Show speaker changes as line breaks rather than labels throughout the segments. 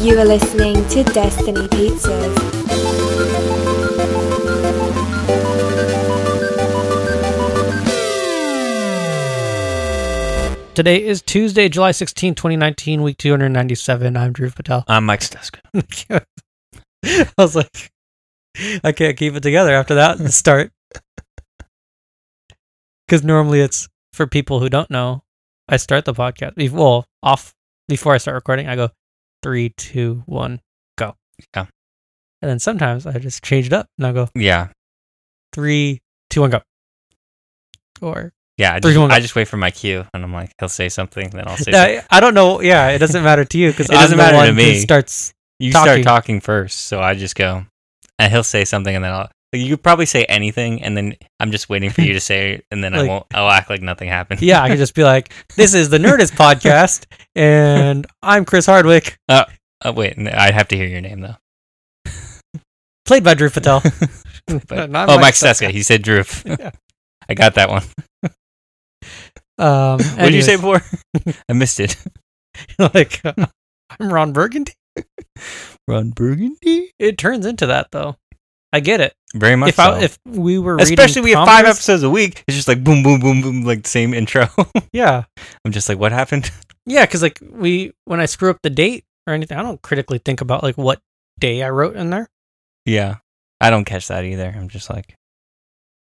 You are listening to Destiny Pizzas.
Today is Tuesday, July 16, 2019, week 297. I'm Drew Patel.
I'm Mike Steskin.
I was like, I can't keep it together after that and start. Because normally it's for people who don't know, I start the podcast. bef- Well, off before I start recording, I go three, two, one, go.
Yeah.
And then sometimes I just change it up and I'll go
Yeah.
three, two, one, go. Or
Yeah. I
Three,
just,
two, one, go.
I just wait for my cue and I'm like, he'll say something, then I'll say something.
I, I don't know. Yeah, it doesn't matter to you because
It doesn't
I'm
matter
the
to
one who
me.
starts.
You
talking.
start talking first. So I just go, and he'll say something, and then I'll. like, You could probably say anything, and then I'm just waiting for you to say it, and then I
Like-
won't. I'll act like nothing happened.
Yeah, I could just be like, "This is the Nerdist podcast, and I'm Chris Hardwick,
Oh, wait, n- I'd have to hear your name though.
played by Drew Patel."
But-
Not
oh,
Mike
Mike
Stesca.
Steska. He said Drew.
Yeah.
I got that one.
Um,
What did you say
anyways,
before? I missed it.
like, uh, I'm Ron Burgundy.
Ron Burgundy.
It turns into that though. I get it.
Very much.
If I,
so.
if we were reading
especially we have five
prompters-
episodes a week, it's just like boom, boom, boom, boom, like the same intro.
yeah,
I'm just like, what happened?
yeah, because like we when I screw up the date or anything, I don't critically think about like what day I wrote in there.
Yeah. I don't catch that either. I'm just like,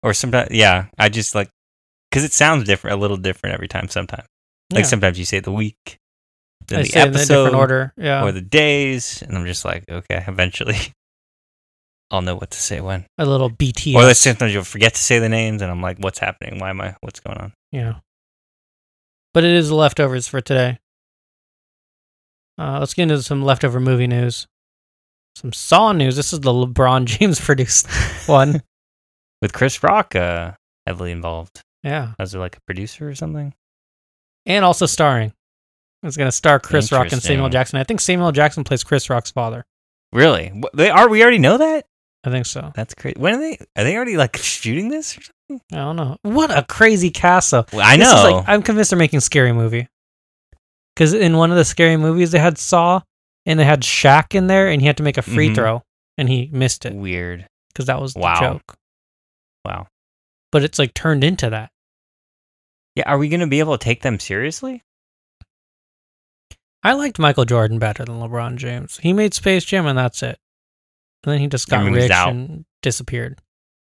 or sometimes, yeah, I just like, because it sounds different, a little different every time sometimes. Like
Yeah.
sometimes you say the week, then
I
the
say it in a
episode,
different order. Yeah,
or the days. And I'm just like, okay, eventually I'll know what to say when.
a little BT.
Or like sometimes you'll forget to say the names and I'm like, what's happening? Why am I, what's going on?
Yeah. But it is leftovers for today. Uh, let's get into some leftover movie news. Some Saw news. This is the LeBron James produced one.
With Chris Rock uh, heavily involved
yeah.
as like a producer or something.
And also starring. It's going to star Chris Rock and Samuel
Interesting.
Jackson. I think Samuel Jackson plays Chris Rock's father.
Really? Wh- They are. We already know that.
I think so.
That's crazy. When are they? Are they already like shooting this? Or something?
I don't know. What a crazy cast, though.
Well, I
This is
know.
like- I'm convinced they're making Scary Movie. Because in one of the Scary Movies, they had Saw and they had Shaq in there, and he had to make a free
Mhm.
throw, and he missed it.
Weird.
because that was the
Wow.
joke.
Wow.
But it's like turned into that.
Yeah. Are we gonna be able to take them seriously?
I liked Michael Jordan better than LeBron James. He made Space Jam and that's it. And then he just got
I mean, he's
rich
out.
and disappeared.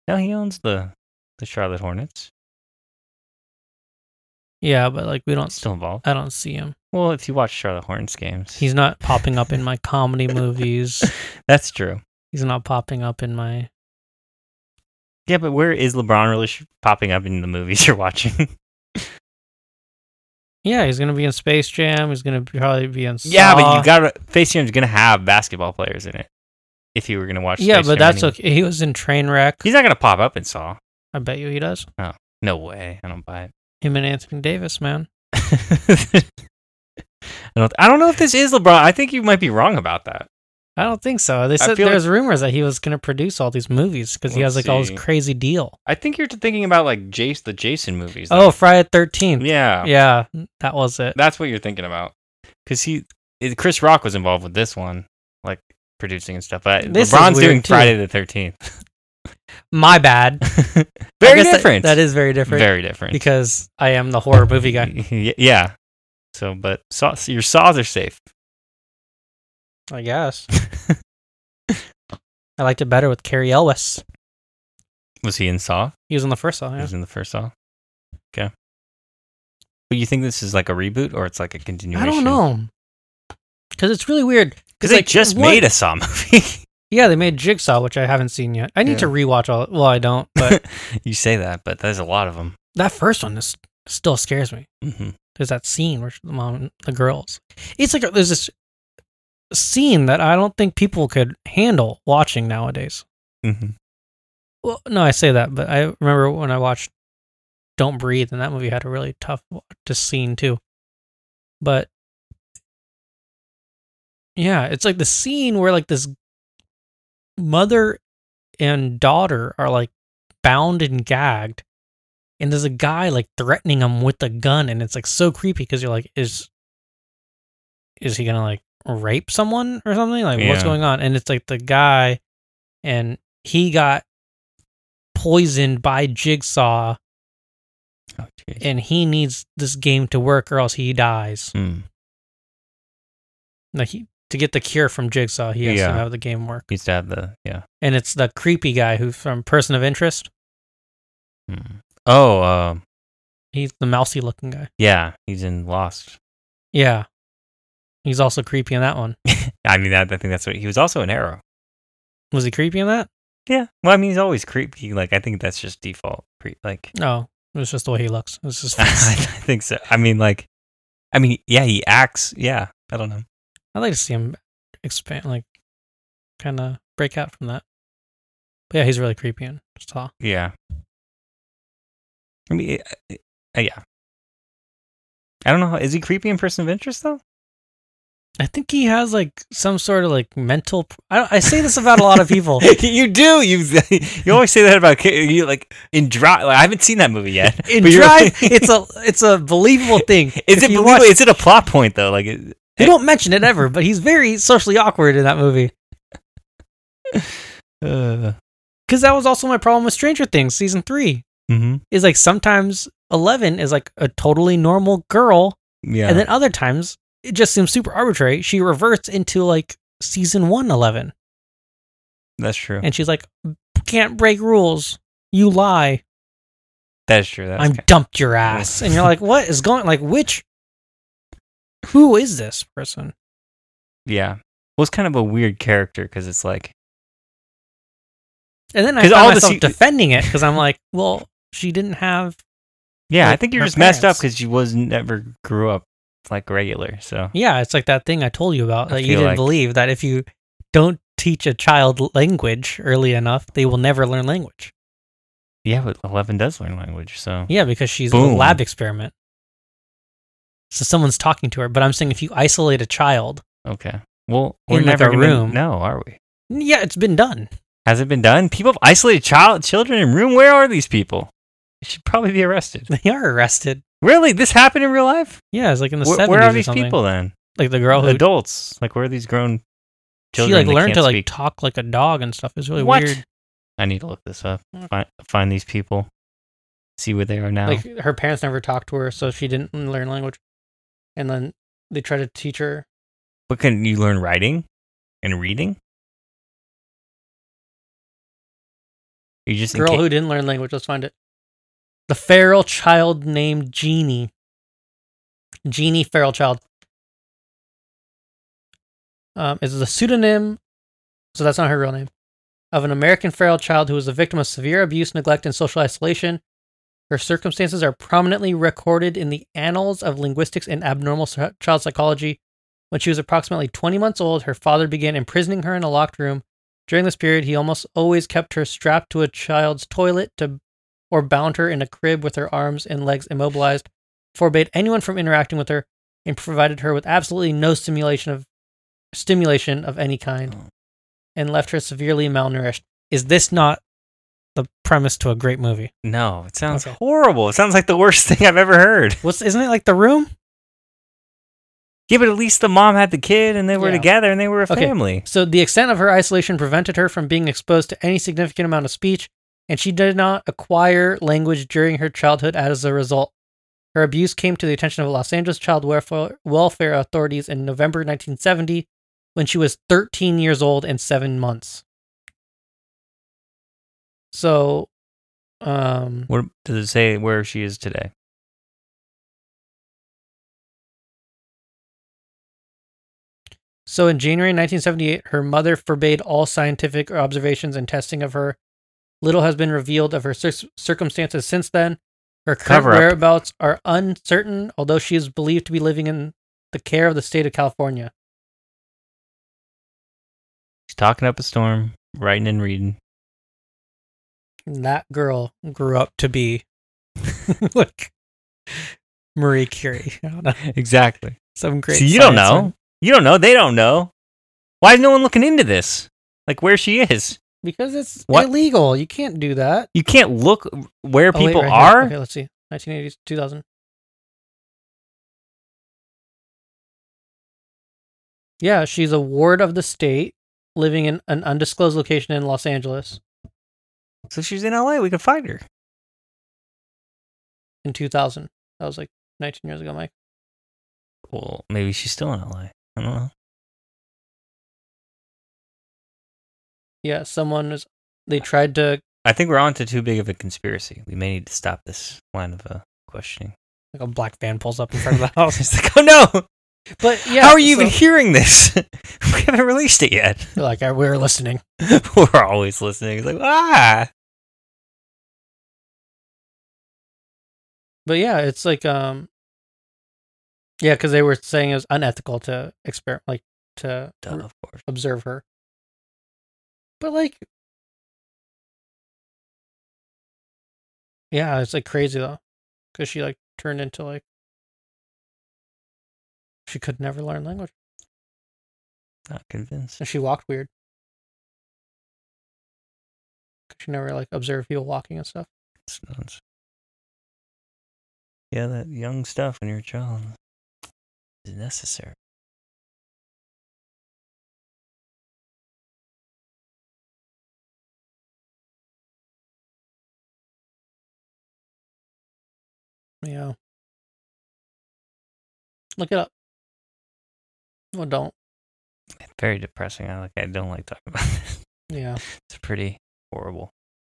No, he owns the the Charlotte Hornets.
Yeah, but like we don't.
Still involved.
I don't see him.
Well, if you watch Charlotte Hornets games,
He's not popping up in my comedy movies.
that's true.
He's not popping up in my.
Yeah, but where is LeBron really sh- popping up in the movies you're watching?
Yeah, he's gonna be in Space Jam. He's gonna probably be in. Saw.
yeah, but you gotta. Face Jam's gonna have basketball players in it. If you were gonna watch.
Yeah,
Space
but
Jam
that's
anyway.
okay. He was in Trainwreck.
He's not gonna pop up in Saw.
I bet you he does.
No way. I don't buy it.
Him and Anthony Davis, man.
I don't. I don't know if this is LeBron. I think you might be wrong about that.
I don't think so. They said
feel like-
there's rumors that he was gonna produce all these movies because he has
Let's
like all this
see.
crazy deal.
I think you're thinking about like Jace, the Jason movies.
Oh,
though.
Friday Thirteenth.
yeah,
yeah, that was it.
that's what you're thinking about. Because he, it- Chris Rock was involved with this one, like producing and stuff. But
This is
LeBron's
weird,
doing
too.
Friday the Thirteenth.
My bad. I
Very
guess that-
different.
that is very different.
very different.
because I am the horror movie guy.
Y- yeah. So, but saw, so your saws are safe.
I guess. I liked it better with Carrie Ellis.
Was he in Saw?
He was in the first song.
He
Yeah.
was in the first Saw. Okay. But you think this is like a reboot or it's like a
I
continuation?
don't know. Because it's really weird.
Because they
like,
just
what-
made a Saw movie.
Yeah, they made Jigsaw, which I haven't seen yet. I need to rewatch all. Well, I don't, but
you say that, but there's a lot of them.
that first one is, still scares me.
hmm
there's that scene where the mom, the girls. It's like there's this scene that I don't think people could handle watching nowadays.
hmm
Well, no, I say that, but I remember when I watched Don't Breathe, and that movie had a really tough wa- to scene too. But yeah, it's like the scene where like this mother and daughter are like bound and gagged, and there's a guy like threatening them with a gun, and it's like so creepy because you're like, is is he gonna like rape someone or something? Like what's
Yeah.
going on? And it's like the guy and he got poisoned by Jigsaw
Oh, jeez.
and he needs this game to work or else he dies.
Hmm.
Like he to get the cure from Jigsaw, he has to
Yeah.
have the game work.
Used to have the yeah.
And it's the creepy guy who from Person of Interest.
Hmm. Oh, um,
He's the mousy looking guy.
yeah. He's in Lost.
Yeah. He's also creepy in that one.
I mean, that, I think that's what he was also in Arrow.
Was he creepy in that?
Yeah. Well, I mean, he's always creepy. Like, I think that's just default. Creep. Like,
No. It was just the way he looks. It was his
I
face.
think so. I mean, like, I mean, yeah, he acts. Yeah. I don't know.
I'd like to see him expand, like, kind of break out from that. But yeah, he's really creepy and just tall.
Yeah. I mean, uh, uh, yeah. I don't know. How, is he creepy in Person of Interest though?
I think he has like some sort of like mental. p- I, don't, I say this about a lot of people.
you do. You you always say that about ki- you like in Drive. Like, I haven't seen that movie yet.
In
but you're
Drive,
like-
it's a it's a believable thing.
is
If
it
you
believable?
watch-
Is it a plot point though? Like, it-
They don't mention it ever, but he's very socially awkward in that movie.
uh,
Because that was also my problem with Stranger Things season three.
mm-hmm.
Is like sometimes Eleven is like a totally normal girl,
yeah.
And then other times, it just seems super arbitrary. She reverts into like season one, 11.
that's true.
And she's like, can't break rules. You lie.
That's true. That's
I'm
ki-
dumped your ass. And you're like, what is going Like, which, who is this person?
yeah. Well, it's kind of a weird character because it's like
And then I
'Cause
found
all the
myself
se-
defending it because I'm like, well, she didn't have,
Yeah, I
Like,
think you're
her
just messed up
parents.
because she was never grew up like regular. So
yeah, it's like that thing I told you about
I
that you
feel
didn't
like-
believe that if you don't teach a child language early enough, they will never learn language.
yeah, but Eleven does learn language. So
Yeah, because she's a
Boom.
lab experiment. So someone's talking to her, but I'm saying if you isolate a child,
okay, well we're
In, like,
never
a
gonna
room.
know, are we?
yeah, it's been done.
Has it been done? People have isolated child children in room. Where are these people? They should probably be arrested.
They are arrested.
really, this happened in real life.
Yeah, it's like in the
Where,
70s
where are
or
these
something.
people then?
Like the girl who
Adults. Like where are these grown
she
children?
like
that
learned
can't
to like
speak?
talk like a dog and stuff. It's really
What? Mm.
weird.
I need to look this up. Find, find these people. See where they are now.
Like her parents never talked to her, so she didn't learn language. And then they try to teach her.
but can you learn writing and reading? You just in
Girl
ca-
who didn't learn language. Let's find it. The feral child named Jeannie. Jeannie feral child. Um, is a pseudonym, so that's not her real name, of an American feral child who was a victim of severe abuse, neglect, and social isolation. Her circumstances are prominently recorded in the Annals of Linguistics and Abnormal Psy- Child Psychology. When she was approximately 20 months old, her father began imprisoning her in a locked room. During this period, he almost always kept her strapped to a child's toilet to, or bound her in a crib with her arms and legs immobilized, forbade anyone from interacting with her, and provided her with absolutely no stimulation of stimulation of any kind, and left her severely malnourished. Is this not the premise to a great movie?
No, it sounds
Okay.
horrible. It sounds like the worst thing I've ever heard.
What's isn't it like The Room?
Yeah, but at least the mom had the kid and they were
Yeah.
together and they were a
Okay.
family.
So the extent of her isolation prevented her from being exposed to any significant amount of speech, and she did not acquire language during her childhood as a result. Her abuse came to the attention of Los Angeles child welfare, welfare authorities in November 1970 when she was 13 years old and 7 months. So um
What does it say where she is today?
So in January 1978, her mother forbade all scientific observations and testing of her. Little has been revealed of her cir- circumstances since then. Her current
Cover up.
whereabouts are uncertain, although she is believed to be living in the care of the state of California.
She's talking up a storm, writing and reading.
And that girl grew up to be, look, Marie Curie. I don't know.
Exactly.
Some great.
so you don't
science
know.
one.
You don't know. They don't know. Why is no one looking into this? Like where she is.
because it's
What?
illegal. You can't do that.
You can't look where
Oh, wait,
people
right here.
are.
Okay, let's see. 1980s, 2000. Yeah, she's a ward of the state living in an undisclosed location in Los Angeles
So she's in LA. We can find her.
in 2000. That was like 19 years ago, Mike.
Well, maybe she's still in LA. I don't know.
Yeah, someone was. They tried to
I think we're on to too big of a conspiracy. We may need to stop this line of uh, questioning.
like a black van pulls up in front of the house.
It's like, oh no!
But yeah,
How are you even
so-
hearing this? we haven't released it yet.
They're like "Uh, we're listening?
we're always listening. It's like, ah!
But yeah, it's like um, yeah, because they were saying it was unethical to experiment, like to
Duh, of course.
observe her. But like, yeah, it's like crazy though, because she like turned into like she could never learn language,
Not convinced.
and she walked weird. 'Cause She never like observed people walking and stuff.
It's nuts. Yeah, that young stuff when you're a child is necessary.
Yeah, look it up. Well, don't.
Very depressing. I like. I don't like talking about this.
Yeah,
It's pretty horrible.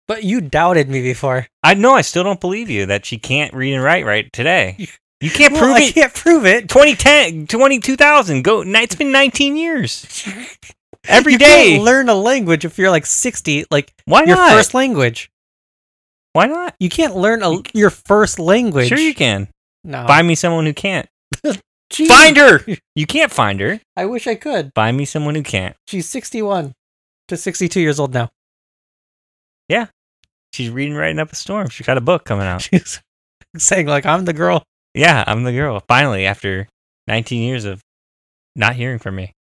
but you doubted me before.
I know. I still don't believe you that she can't read and write right today. You can't
Well,
prove
I
it.
can't prove it.
2010, 20, 2000, Go. ni- It's been 19 years. Every
you
day.
can't learn a language if you're like 60 like
Why
your
not?
first language
Why not?
you can't learn a, your first language Oh.
Sure, you can.
no
Buy me someone who can't.
Jeez.
Find her. You can't find her.
i wish i could
Buy me someone who can't.
she's 61 to 62 years old now
She's reading, writing up a storm. She got a book coming out.
she's saying like i'm the girl
Yeah, I'm the girl. Finally, after 19 years of not hearing from me,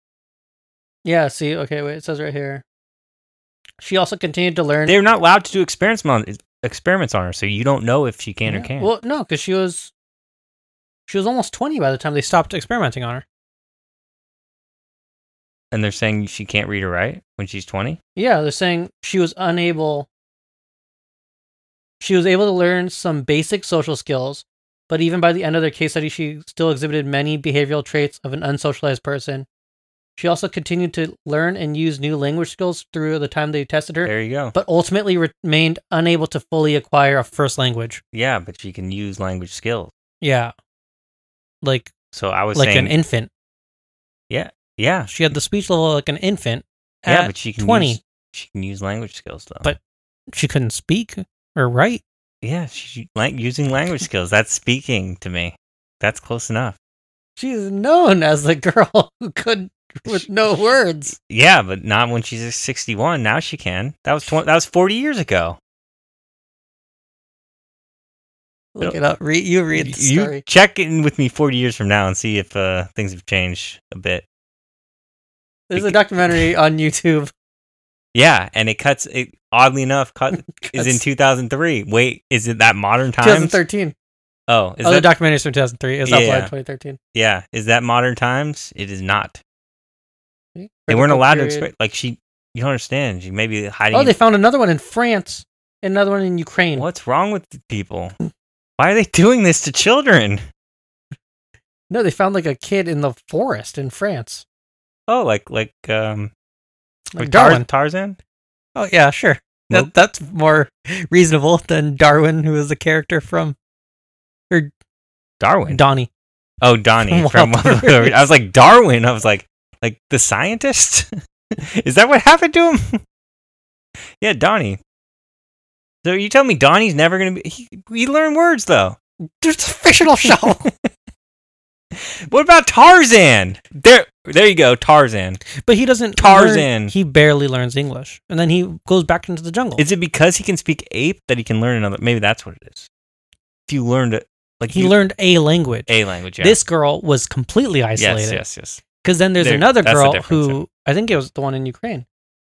yeah see okay wait it says right here she also continued to learn
they're not allowed to do experiments on experiments on her. So you don't know if she can or
Yeah.
can't.
well no because she was she was almost 20 by the time they stopped experimenting on her
and they're saying she can't read or write when she's 20.
Yeah, they're saying she was unable. She was able to learn some basic social skills, but even by the end of their case study, she still exhibited many behavioral traits of an unsocialized person. She also continued to learn and use new language skills through the time they tested her,
There you go.
but ultimately remained unable to fully acquire a first language.
yeah, but she can use language skills.
Yeah. Like
So I was
like
saying,
an infant.
yeah,
She had the speech level like an infant.
yeah,
at-
but she can
20.
Use, she can use language skills though.
But- she couldn't speak or write.
yeah, she like using language skills. That's speaking to me. That's close enough.
She's known as the girl who couldn't with no words.
Yeah, but not when she's 61. Now she can. That was 20, that was 40 years ago.
Look it up. Read you read the
you
story.
check in with me 40 years from now and see if uh, things have changed a bit.
There's a documentary on YouTube.
Yeah, and it cuts it oddly enough cut is in
Cuts.
2003. Wait, is it that modern times?
2013.
Oh, is
Other
that
documentaries from 2003. It was uploaded
Yeah.
in 2013.
yeah, is that modern times? It is not.
See?
They weren't
Critical
allowed to
period.
expect like she you don't understand. She may be hiding
Oh, they found another one in France. and Another one in Ukraine.
What's wrong with the people? Why are they doing this to children?
No, they found like a kid in the forest in France.
Oh, like like um
Like
Tar-
Darwin.
Tarzan?
Oh yeah, sure.
Nope.
that's more reasonable than Darwin, who was a character from
Darwin.
Donnie.
oh, Donnie
From
from
Wild Birds.
I was like Darwin. I was like like the scientist? Is that what happened to him? yeah, Donnie. So you tell me Donnie's never going to be he, he learned words though.
It's a fictional show.
What about Tarzan? There there you go, Tarzan.
But he doesn't.
Tarzan.
learn- he barely learns English, and then he goes back into the jungle.
Is it because he can speak ape that he can learn another? Maybe that's what it is. If you learned it, like
he
you-
learned a language.
a language. Yeah.
This girl was completely isolated.
Yes, yes, yes.
Because then there's
There-
another
that's the
girl
difference,
who I think it was the one in Ukraine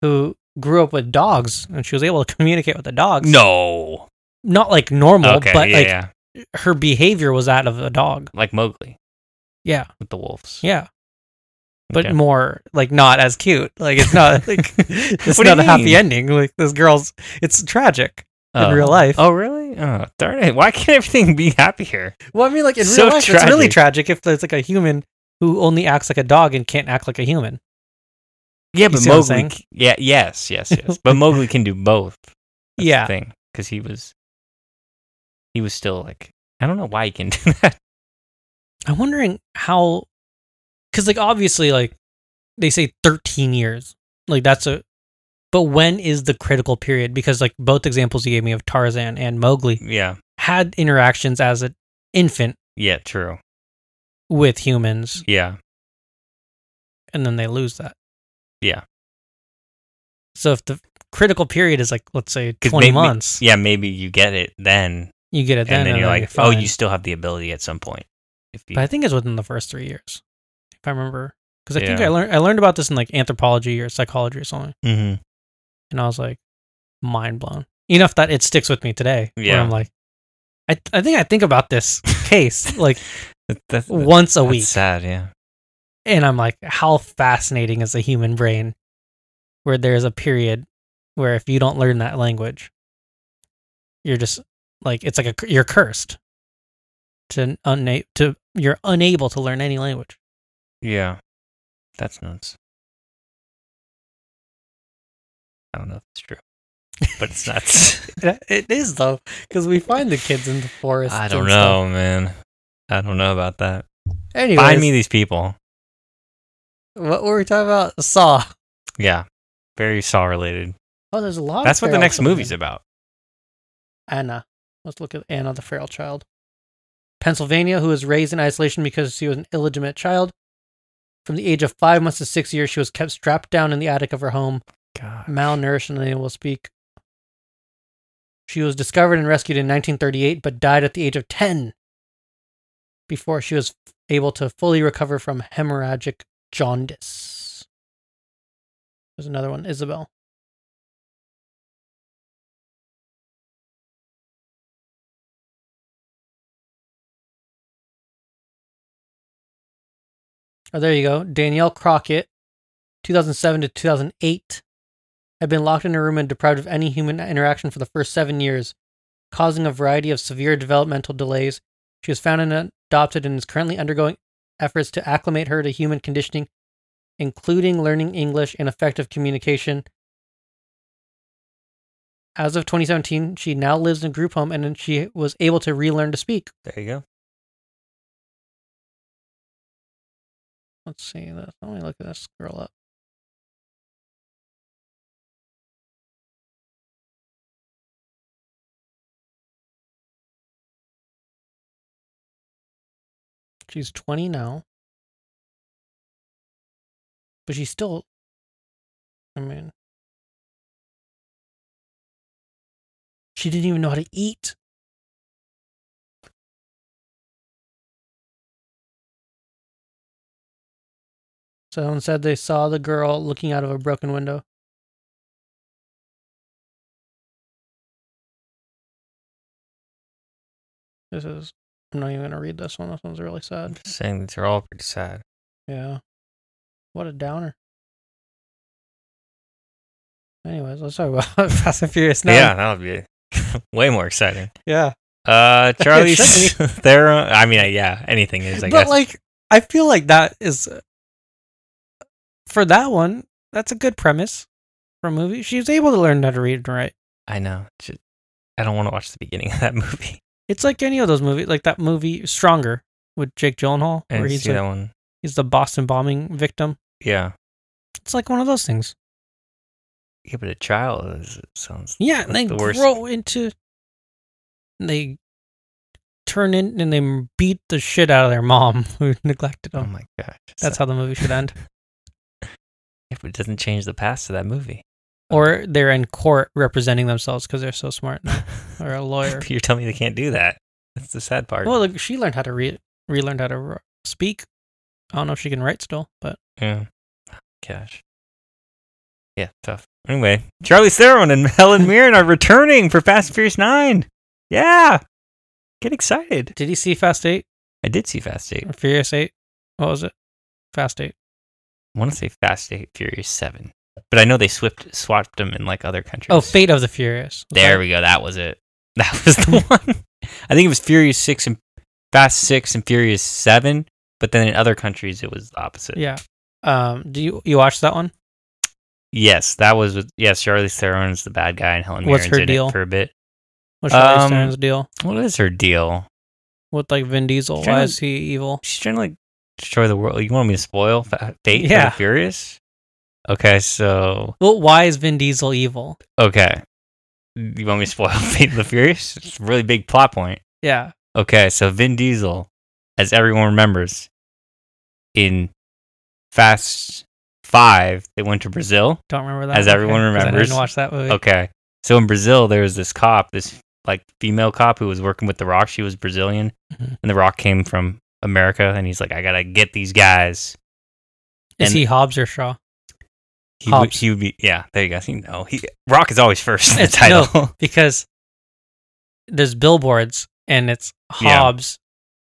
who grew up with dogs and she was able to communicate with the dogs.
No.
not like normal,
okay.
but
yeah,
like
yeah.
her behavior was that of a dog.
Like Mowgli
Yeah,
with the wolves.
yeah. but
Okay.
more like not as cute. Like it's not like it's
What do you
not a happy
mean?
ending. Like this girl's, it's tragic.
Oh.
real life.
Oh, really? Oh, darn it! Why can't everything be happier?
Well, I mean, like in
So
real life, it's really tragic if there's like a human who only acts like a dog and can't act like a human.
Yeah,
You
but
see what I'm
Mowgli.
saying?
c- Yeah, yes, yes, yes. but Mowgli can do both. That's
Yeah.
the thing because he was, he was still like I don't know why he can do that.
I'm wondering how, because like obviously, like they say 13 years, like that's a, but when is the critical period? Because like both examples you gave me of Tarzan and Mowgli
Yeah,
had interactions as an infant
yeah, true.
with humans,
Yeah,
and then they lose that.
Yeah.
So if the critical period is like let's say
'Cause
20
maybe-
months,
yeah. Maybe you get it then,
you get it then,
and then you're like, oh,
fine.
you still have the ability at some point. If you,
But I think it's within the first three years, if I remember, because I think
Yeah.
I learned I learned about this in like anthropology or psychology or something,
Mhm.
and I was like mind blown enough that it sticks with me today. Where
Yeah.
I'm like, I I think I think about this case like
That- that's, that's
once a week,
Sad, yeah.
and I'm like, how fascinating is the human brain, where there is a period where if you don't learn that language, you're just like it's like a you're cursed to una- to you're unable to learn any language.
Yeah. That's nuts. I don't know if it's true. But it's nuts.
Yeah, It is though, because we find the kids in the forest.
I don't
and stuff.
know, man. I don't know about that.
Anyways,
Find me these people.
what were we talking about? Saw.
Yeah. Very Saw related.
Oh, there's a lot. of
That's what the
feral
next movie's
children.
about.
Anna. Let's look at Anna, the feral child. Pennsylvania, who was raised in isolation because she was an illegitimate child. From the age of five months to six years, she was kept strapped down in the attic of her home,
God.
malnourished and unable to speak. She was discovered and rescued in 1938, but died at the age of 10 before she was able to fully recover from hemorrhagic jaundice. There's another one, Isabel. Oh, there you go. Danielle Crockett, 2007 to 2008 had been locked in a room and deprived of any human interaction for the first seven years, causing a variety of severe developmental delays. She was found and adopted and is currently undergoing efforts to acclimate her to human conditioning, including learning English and effective communication. As of 2017, she now lives in a group home and then she was able to relearn to speak.
There you go.
Let's see this. Let me look at this girl up. She's 20 now. But she's still I mean She didn't even know how to eat. Someone said they saw the girl looking out of a broken window. This is. I'm not even going to read this one. This one's really sad.
Just saying these are all pretty sad.
Yeah. What a downer. Anyways, let's talk about Fast and Furious now.
Yeah, that would be way more exciting.
Yeah.
Uh Charlie's
should
Theron. I mean, uh, yeah, anything is, I
but,
guess.
like, I feel like that is. uh, For that one, that's a good premise for a movie. She was able to learn how to read and write.
I know. Just- I don't want to watch the beginning of that movie.
It's like any of those movies, like that movie Stronger with Jake Gyllenhaal,
I
where
didn't
he's
see
like,
that one.
he's the Boston bombing victim.
Yeah.
It's like one of those things.
Yeah, but a child is, sounds.
Yeah, and they
The worst.
grow into, and they turn in and they beat the shit out of their mom who neglected
Oh
them.
my gosh.
That's how the movie should end.
If it doesn't change the past of that movie.
Or they're in court representing themselves because they're so smart now, or a lawyer.
You're telling me they can't do that. That's the sad part.
Well, look, she learned how to read, relearned how to r- speak. I don't know if she can write still, but
yeah. Gosh. Yeah, tough. Anyway, Charlie Theron and Helen Mirren are returning for Fast and Furious 9. Yeah. Get excited.
did he see Fast Eight
I did see Fast 8.
or Furious Eight? What was it? Fast Eight.
want to say Fast and Furious Seven, but I know they swapped swapped them in like other countries.
Oh, Fate of the Furious. was
there
that-
we go. That was it. That was the one. I think it was Furious Six and Fast Six and Furious Seven, but then in other countries it was the opposite.
Yeah. Um, do you you watch that one?
Yes, that was with, yes. Charlize Theron is the bad guy, and Helen
What's
Mirren's
her
in
deal?
it for a bit.
What's Charlize
Um,
Theron's deal
What is her deal?
with like Vin Diesel?
She's
Why
trying
is he evil?
She's trying to like destroy the world. You want me to spoil Fa- Fate? Fast
Yeah.
and Furious. Okay, so
Well, why is Vin Diesel evil?
okay, you want me to spoil Fate of the Furious? It's a really big plot point.
Yeah.
Okay, so Vin Diesel, as everyone remembers, in Fast Five, they went to Brazil.
Don't remember that.
As
one.
everyone
'cause I
remembers. Oh,
didn't watch that movie.
Okay, so in Brazil, there was this cop, this like female cop who was working with The Rock. She was Brazilian,
Mhm.
and The Rock came from America, and he's like, I gotta get these guys.
Is
and-
he Hobbs or Shaw?
He would,
Hobbs.
he would be, yeah. There you go. You know, he Rock is always first in the
It's- no.
title.
Because there's billboards and it's
Yeah.
Hobbs,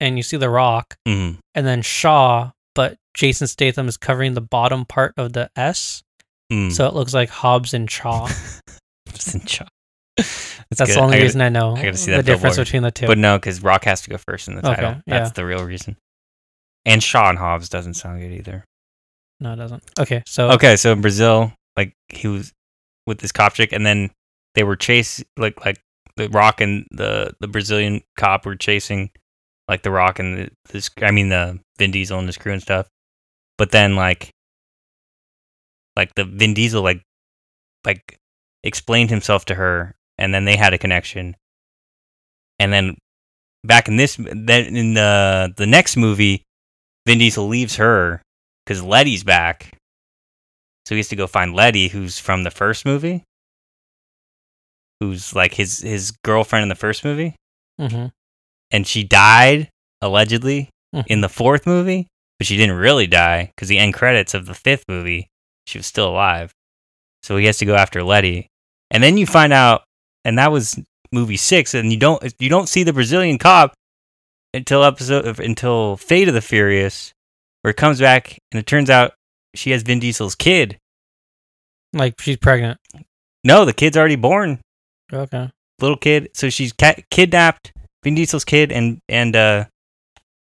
and you see the Rock,
Mm.
and then Shaw, but Jason Statham is covering the bottom part of the S,
Mm.
so it looks like Hobbs and Shaw.
It's in shock.
That's
good.
the only
I gotta-
reason I know
I gotta see
the
that
difference
billboard.
between the two.
But no, because Rock has to go first in the
Okay,
title. That's
yeah.
the real reason. And Shaw and Hobbs doesn't sound good either.
no, it doesn't. Okay, so
Okay, so in Brazil, like he was with this cop chick, and then they were chase like like the Rock and the the Brazilian cop were chasing like the Rock and the, this I mean the Vin Diesel and his crew and stuff. But then like like the Vin Diesel like like explained himself to her, and then they had a connection. And then back in this then in the the next movie, Vin Diesel leaves her because Letty's back. So he has to go find Letty, who's from the first movie, who's like his his girlfriend in the first movie,
mhm.
and she died allegedly
Mhm.
in the fourth movie, but she didn't really die because the end credits of the fifth movie, she was still alive. So he has to go after Letty, and then you find out, and that was movie six, and you don't you don't see the Brazilian cop until episode until Fate of the Furious, where it comes back, and it turns out she has Vin Diesel's kid.
like she's pregnant.
No, the kid's already born.
Okay, Oh,
Little kid. So she's ca- kidnapped Vin Diesel's kid and and uh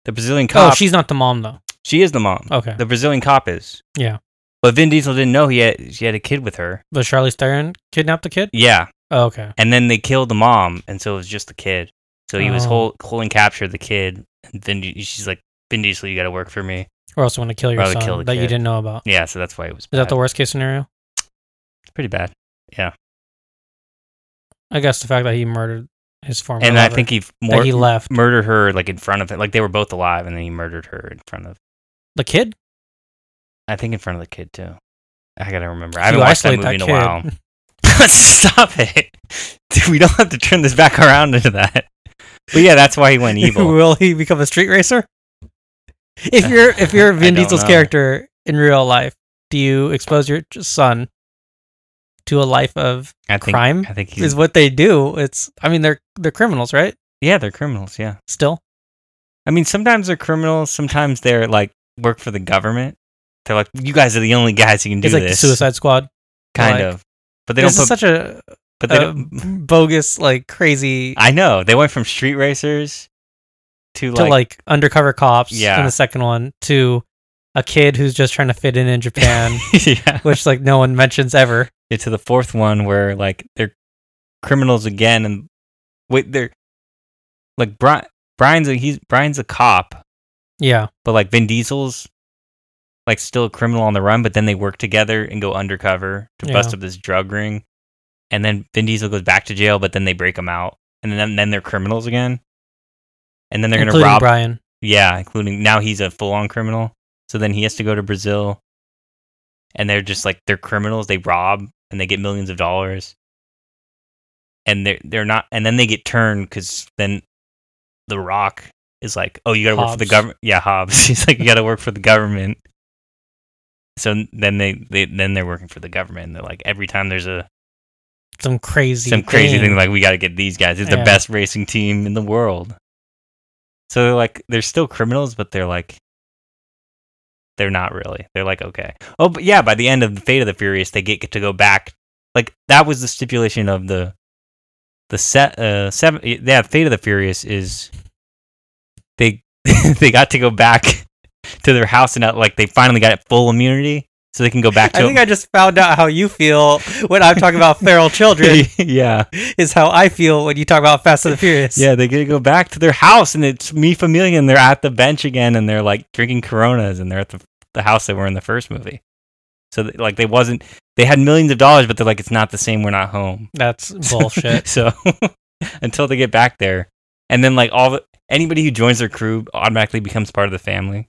the Brazilian cop.
oh, she's not the mom though.
she is the mom.
Okay,
The Brazilian cop is.
Yeah.
But Vin Diesel didn't know he had she had a kid with her.
but Charlize Theron kidnapped the kid.
Yeah.
Oh, okay,
And then they killed the mom, and so it was just the kid. So he was
Oh.
hold, holding capture of the kid, and Vin, Di- she's like, "Vin Diesel, you got to work for me."
or else want to kill your
Probably
son
kill the
that you
kid.
didn't know about.
Yeah, so that's why it was.
Is that the worst case scenario?
pretty bad?
I guess the fact that he murdered his former
And I
lover,
think he f-
that
more
he left
murdered her like in front of it. Like they were both alive, and then he murdered her in front of.
the kid.
I think in front of the kid too. I gotta remember. I
You
haven't watched that
isolate
movie in a
kid.
while. Stop it! Dude, we don't have to turn this back around into that. But yeah, that's why he went evil.
Will he become a street racer? If you're if you're
I
Vin
don't
Diesel's
know.
character in real life, do you expose your ch- son to a life of
I think.
crime
I think
is
he's.
what they do? It's I mean they're they're criminals, right?
Yeah, they're criminals. Yeah,
Still,
I mean sometimes they're criminals. Sometimes they're like work for the government. They're like, you guys are the only guys who can do
it's like
this.
the Suicide Squad.
kind
like-
of. But they don't
this is
put.
such a,
but they
a
don't,
bogus, like crazy
I know they went from street racers to
to
like,
like, undercover cops
Yeah.
in the second one to a kid who's just trying to fit in in Japan,
yeah.
which like no one mentions ever.
Yeah, to the fourth one where like they're criminals again and wait they're like Bri- Brian's a he's Brian's a cop,
Yeah,
but like Vin Diesel's like still a criminal on the run, but then they work together and go undercover to bust
Yeah.
up this drug ring. And then Vin Diesel goes back to jail, but then they break him out. And then then they're criminals again. And then they're gonna
including
rob
Brian.
yeah, including now he's a full on criminal. So then he has to go to Brazil. And they're just like they're criminals, they rob and they get millions of dollars. And they're they're not and then they get turned cuz then the rock is like, "Oh, you got to work for the
Hobbs.
government." Yeah, Hobbs. He's like, "You got to work for the government." So then they, they then they're working for the government. And they're like every time there's a
Some crazy,
some crazy thing like we got to get these guys. It's
Yeah.
the best racing team in the world. So they're like they're still criminals, but they're like they're not really. They're like okay. Oh, but yeah. By the end of the Fate of the Furious, they get to go back. Like that was the stipulation of the the set uh seven. Yeah, Fate of the Furious is they they got to go back to their house and not, like they finally got full immunity, so they can go back
I
to.
think I just found out how you feel when I'm talking about feral children
yeah,
is how I feel when you talk about Fast and the Furious.
yeah, they get to go back to their house, and it's me familia, and they're at the bench again, and they're like drinking Coronas, and they're at the the house they were in the first movie. So th- like they wasn't, they had millions of dollars, but they're like it's not the same. We're not home.
That's bullshit.
So until they get back there, and then like all the, anybody who joins their crew automatically becomes part of the family.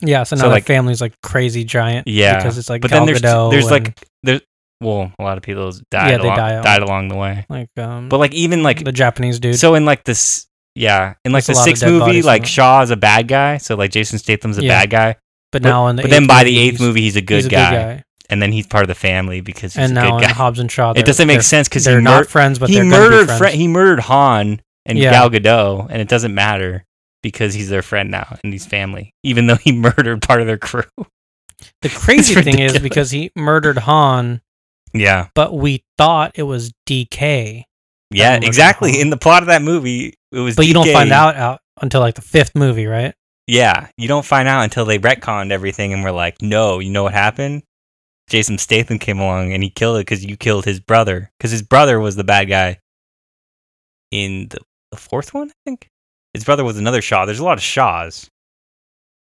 yeah, so now
So,
the
like-
family's like crazy giant.
Yeah,
because it's like
but
Gal
then there's
Gadot
there's
and,
like there's well a lot of people died
Yeah, they
along,
die out.
died along the way.
like um,
But like even like
the Japanese dude.
so in like this yeah in like
There's a
the
lot of
sixth
dead
movie
bodies
like
in it.
Shaw is a bad guy, so like Jason Statham's a
Yeah.
bad guy.
but now in the
But then by the
he's-
eighth movie, he's a good
he's a
guy,
good guy.
and then he's part of the family because he's
and
a
now
good
in
guy.
Hobbs and Shaw,
It doesn't make
sense
sense because he,
they're not
mur-
friends, but
he
they're gonna be
murdered
friends.
Fre- he murdered Han and
Yeah.
Gal Gadot, and it doesn't matter because he's their friend now and he's family, even though he murdered part of their crew.
The crazy
It's
thing is
ridiculous.
because he murdered Han,
Yeah,
but we thought it was DK,
yeah,
murdered
exactly.
Han.
In the plot of that movie, it was.
but you don't
DK.
find out out until like the fifth movie, right?
Yeah, you don't find out until they retconned everything, and we're like, no, you know what happened? Jason Statham came along and he killed it because you killed his brother because his brother was the bad guy in the, the fourth one, I think. His brother was another Shaw. There's a lot of Shaws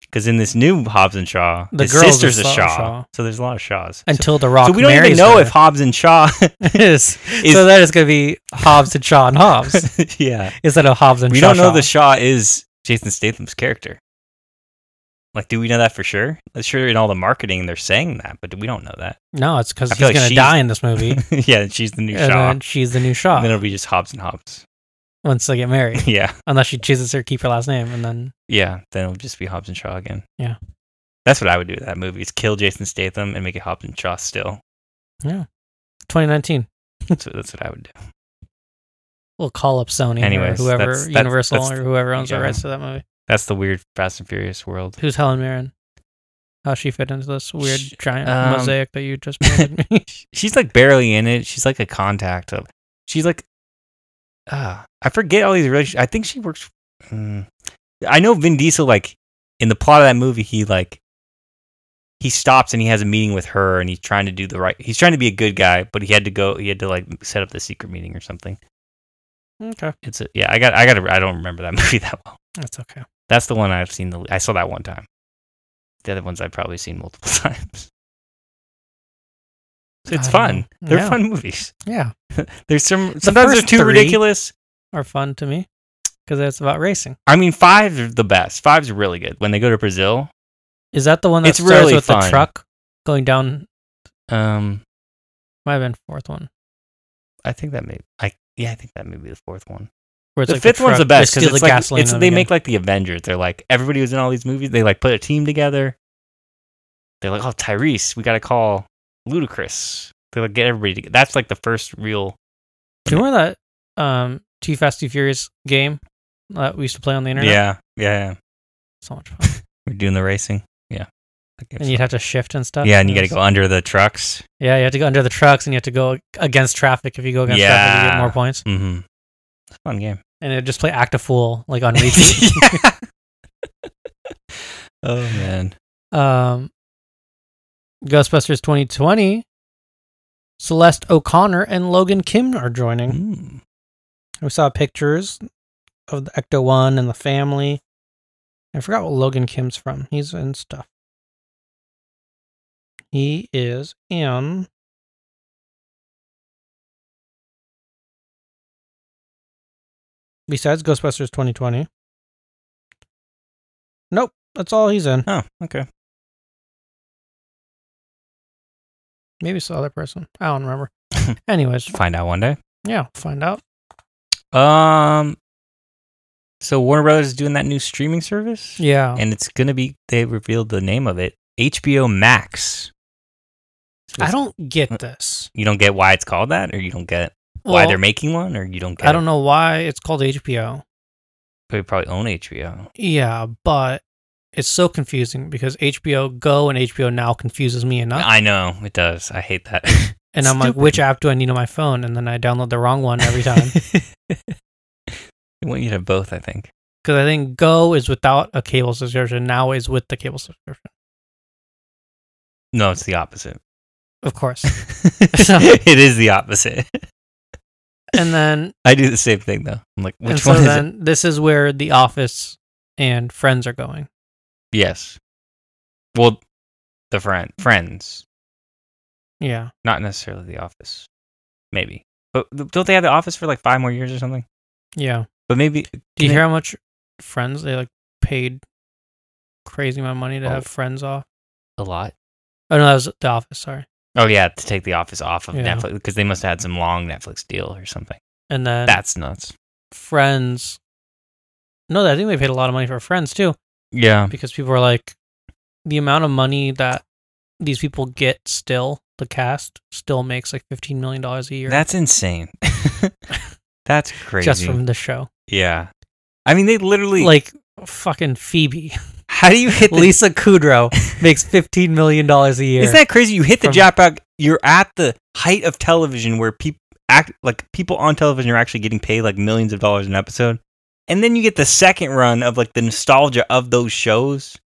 because in this new Hobbs and Shaw,
The
his
girl's a
sister's a
Shaw-
Shaw,
Shaw.
so there's a lot of Shaws.
Until The Rock.
so we don't even
marries
know
her.
if Hobbs and Shaw
Yes.
is.
so that is going to be Hobbs and Shaw and Hobbs
yeah,
instead of Hobbs and
we
Shaw.
don't know
Shaw.
the Shaw is Jason Statham's character. Like, do we know that for sure? Uh, Sure, in all the marketing they're saying that, but we don't know that.
no, it's because
I
he's
feel like
going to
she's-
die in this movie, and
yeah, she's the new Shaw.
then she's the new Shaw
And then it'll be just Hobbs and Hobbs.
once they get married,
yeah,
unless she chooses to keep her last name, and then
yeah. Then it'll just be Hobbs and Shaw again.
Yeah.
that's what I would do with that movie: is kill Jason Statham and make it Hobbs and Shaw still.
2019.
That's what, that's what I would do.
We'll call up Sony
Anyways,
or whoever,
that's- that's-
Universal
that's-
or whoever owns
yeah.
the rights to that movie.
That's the weird Fast and Furious world.
Who's Helen Mirren? How she fit into this weird
Sh-
giant
um,
mosaic that you just painted me?
She's like barely in it. She's like a contact of. She's like, ah, I forget all these relationships. I think she works. Mm. I know Vin Diesel. Like in the plot of that movie, he like he stops and he has a meeting with her, and he's trying to do the right. He's trying to be a good guy, but he had to go. He had to like set up the secret meeting or something.
okay,
It's a, yeah. I got. I got. to I don't remember that movie that well.
that's okay.
That's the one I've seen. The I saw that one time. The other ones I've probably seen multiple times. It's
I don't
fun.
know.
They're
Yeah.
fun movies.
Yeah,
There's some sometimes they're
first
too
three-
ridiculous.
are fun to me because it's about racing.
I mean, five's are the best. Five's are really good. When they go to Brazil,
Is that the one that
It's
starts
really
with the
fun.
truck going down?
um,
Might have been fourth one.
I think that may, I yeah, I think that may be the fourth one.
Where it's
the
like
fifth one's
truck-
the best
They
because
steal
it's
the
like
gasoline.
it's
in
they
the
make like the Avengers. They're like everybody who's in all these movies. They like put a team together. They're like, oh Tyrese, we got to call Ludacris. They like get everybody. To, that's like the first real.
Do you remember that um, Too Fast Too Furious game that we used to play on the internet?
Yeah, yeah, yeah.
so much fun.
We're doing the racing. Yeah,
And you'd have to shift and stuff.
yeah, and you got
It
to
was-
go under the trucks.
Yeah, you have to go under the trucks, and you have to go against traffic. If you go against traffic, you get
Yeah.
more points.
Mm-hmm. Fun game.
And it just play act a fool like on repeat.
Oh man.
Um, Ghostbusters 2020, Celeste O'Connor and Logan Kim are joining.
Mm.
We saw pictures of the Ecto One and the family. I forgot what Logan Kim's from. He's in stuff. He is in. Besides Ghostbusters 2020. Nope, that's all he's in.
Oh, okay.
Maybe it's the other person. I don't remember. Anyways,
Find out one day.
yeah, find out.
Um so Warner Brothers is doing that new streaming service?
Yeah.
And it's gonna be they revealed the name of it. HBO Max. So
I
it's-
don't get this.
you don't get why it's called that, or you don't get why
Well,
they're making one, or you don't get
I don't know why it's called HBO.
They probably own HBO.
Yeah, but it's so confusing because HBO Go and HBO Now confuses me enough.
I know it does. I hate that.
and I'm like, which app do I need on my phone? And then I download the wrong one every time.
they want you to have both. I think.
Because I think Go is without a cable subscription, Now is with the cable subscription.
No, it's the opposite.
Of course.
it is the opposite.
And then
I do the same thing though. I'm like,
and
which
so
one is
then
it?
this is where The Office and Friends are going.
Yes. Well, the friend friends,
Yeah.
not necessarily the office. Maybe, but th- don't they have the office for like five more years or something?
Yeah.
But maybe
Do you
Yeah.
hear how much Friends they like paid crazy amount of money to
Oh.
have Friends off?
a lot.
Oh no, that was The Office. Sorry.
Oh yeah, to take the office off of
Yeah.
Netflix because they must have had some long Netflix deal or something.
And then
That's nuts.
Friends. No, I think they paid a lot of money for Friends too.
Yeah,
because people are like the amount of money that these people get still the cast still makes like 15 million dollars a year
that's insane. that's crazy.
just from the show
yeah, I mean they literally
like fucking phoebe
How do you hit the
lisa kudrow makes 15 million dollars a year
Is that crazy? You hit the
From-
jackpot. You're at the height of television where people act like people on television are actually getting paid like millions of dollars an episode, and then you get the second run of like the nostalgia of those shows,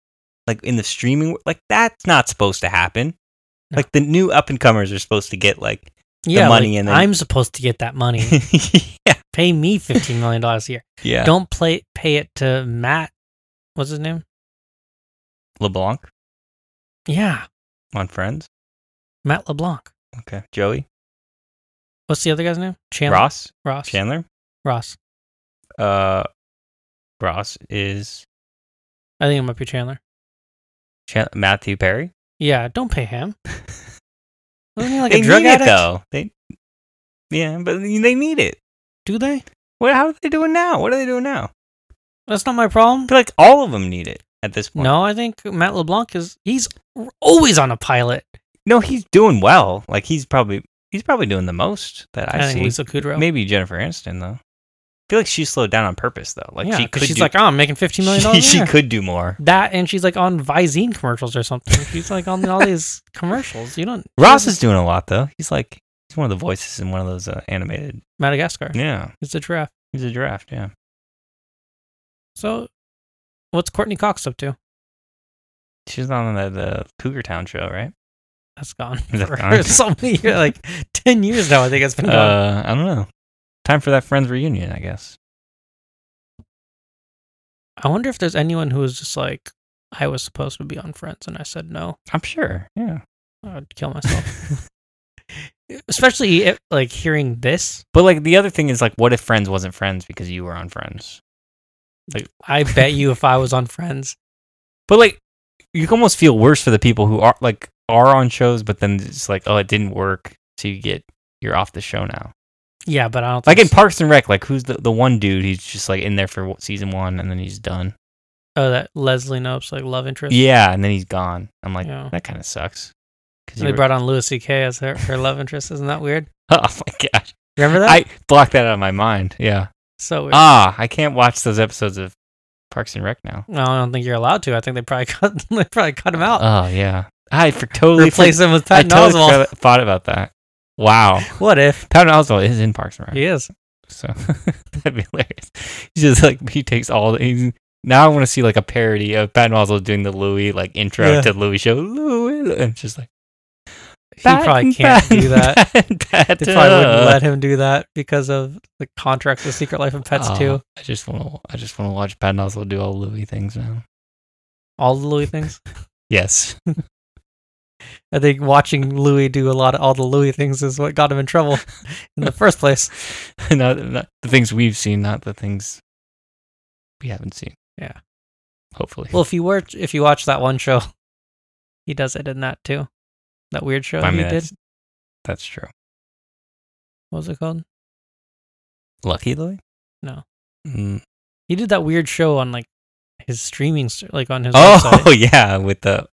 like in the streaming. Like that's not supposed to happen.
No.
Like the new up and comers are supposed to get like
yeah
money
like,
and then-
i'm supposed to get that money
yeah
pay me 15 million dollars a year
yeah
don't play pay it to matt what's his name
LeBlanc
yeah
on Friends.
matt leblanc
Okay, Joey
what's the other guy's name chandler
Ross
ross
Chandler.
ross
Uh, Ross is
i think it might be chandler
Chan- Matthew Perry.
yeah don't pay him Wasn't he like
they
a drug
need
addict?
it though. They, yeah, but they need it.
Do they?
What? How are they doing now? What are they doing now?
That's not my problem.
I feel like all of them need it at this point.
No, I think Matt LeBlanc is he's always on a pilot.
no, he's doing well. Like he's probably he's probably doing the most that
I,
I,
think
see.
Lisa Kudrow.
Maybe Jennifer Aniston though. I feel like she slowed down on purpose though. Like
yeah,
she
'cause
could
she's
do,
like, oh, I'm making fifteen million
she,
dollars.
she could do more.
that and she's like on Visine commercials or something. She's like on all these commercials. You don't
Ross is doing a lot though. He's like he's one of the voices in one of those uh, animated.
Madagascar.
Yeah,
It's a giraffe.
he's a draft. Yeah,
So, what's Courtney Cox up to?
she's on the, the Cougar Town show, right?
That's gone
Is that
for
gone?
so many years, like ten years now. I think it's been gone.
Uh, I don't know. Time for that Friends reunion, I guess.
I wonder if there's anyone who was just like, I was supposed to be on Friends and I said no.
I'm sure. Yeah.
I'd kill myself. Especially if, like hearing this,
But like the other thing is like, what if Friends wasn't Friends because you were on Friends?
I bet you if I was on Friends,
But like, you can almost feel worse for the people who are like are on shows, but then it's like, oh, it didn't work, so you get you're off the show now.
yeah, but I don't
Like in
think so.
Parks and Rec, like who's the the one dude who's just like in there for season one and then he's done.
oh that Leslie Knope's like love interest.
Yeah, and then he's gone. I'm like,
Yeah.
that kind of sucks. Because
And they brought on Louis C.K. as her, her love interest. Isn't that weird?
oh my gosh,
Remember that?
I blocked that out of my mind. Yeah.
so weird.
Ah, I can't watch those episodes of Parks and Rec now.
no, I don't think you're allowed to. I think they probably cut they probably cut him out,
Oh yeah, I for totally for-
replace him with Patton
I totally
Oswalt.
forgot- thought about that. Wow.
What if
Patton Oswalt is in Parks and Rec.
he is?
So that'd be hilarious. He's just like, he takes all the. He's, now I want to see like a parody of Patton Oswalt doing the Louis like intro
Yeah.
to Louis show. Louis. Lou- And it's just like,
He probably can't do that.
Patton,
They probably wouldn't let him do that because of the contract, The Secret Life of Pets
Oh,
too.
I just want to. I just want to watch Patton Oswalt do all Louis things now.
all the Louis things.
Yes.
I think watching Louis do a lot of all the Louis things is what got him in trouble in the first place.
not, not the things we've seen, not the things we haven't seen.
Yeah.
Hopefully.
Well, if you were if you watch that one show, he does it in that too. That weird show
I mean,
he did.
that's, that's true.
What was it called?
Lucky Louis?
No.
Mm.
He did that weird show on like his streaming, ser- like on his
Oh,
website
yeah. With the,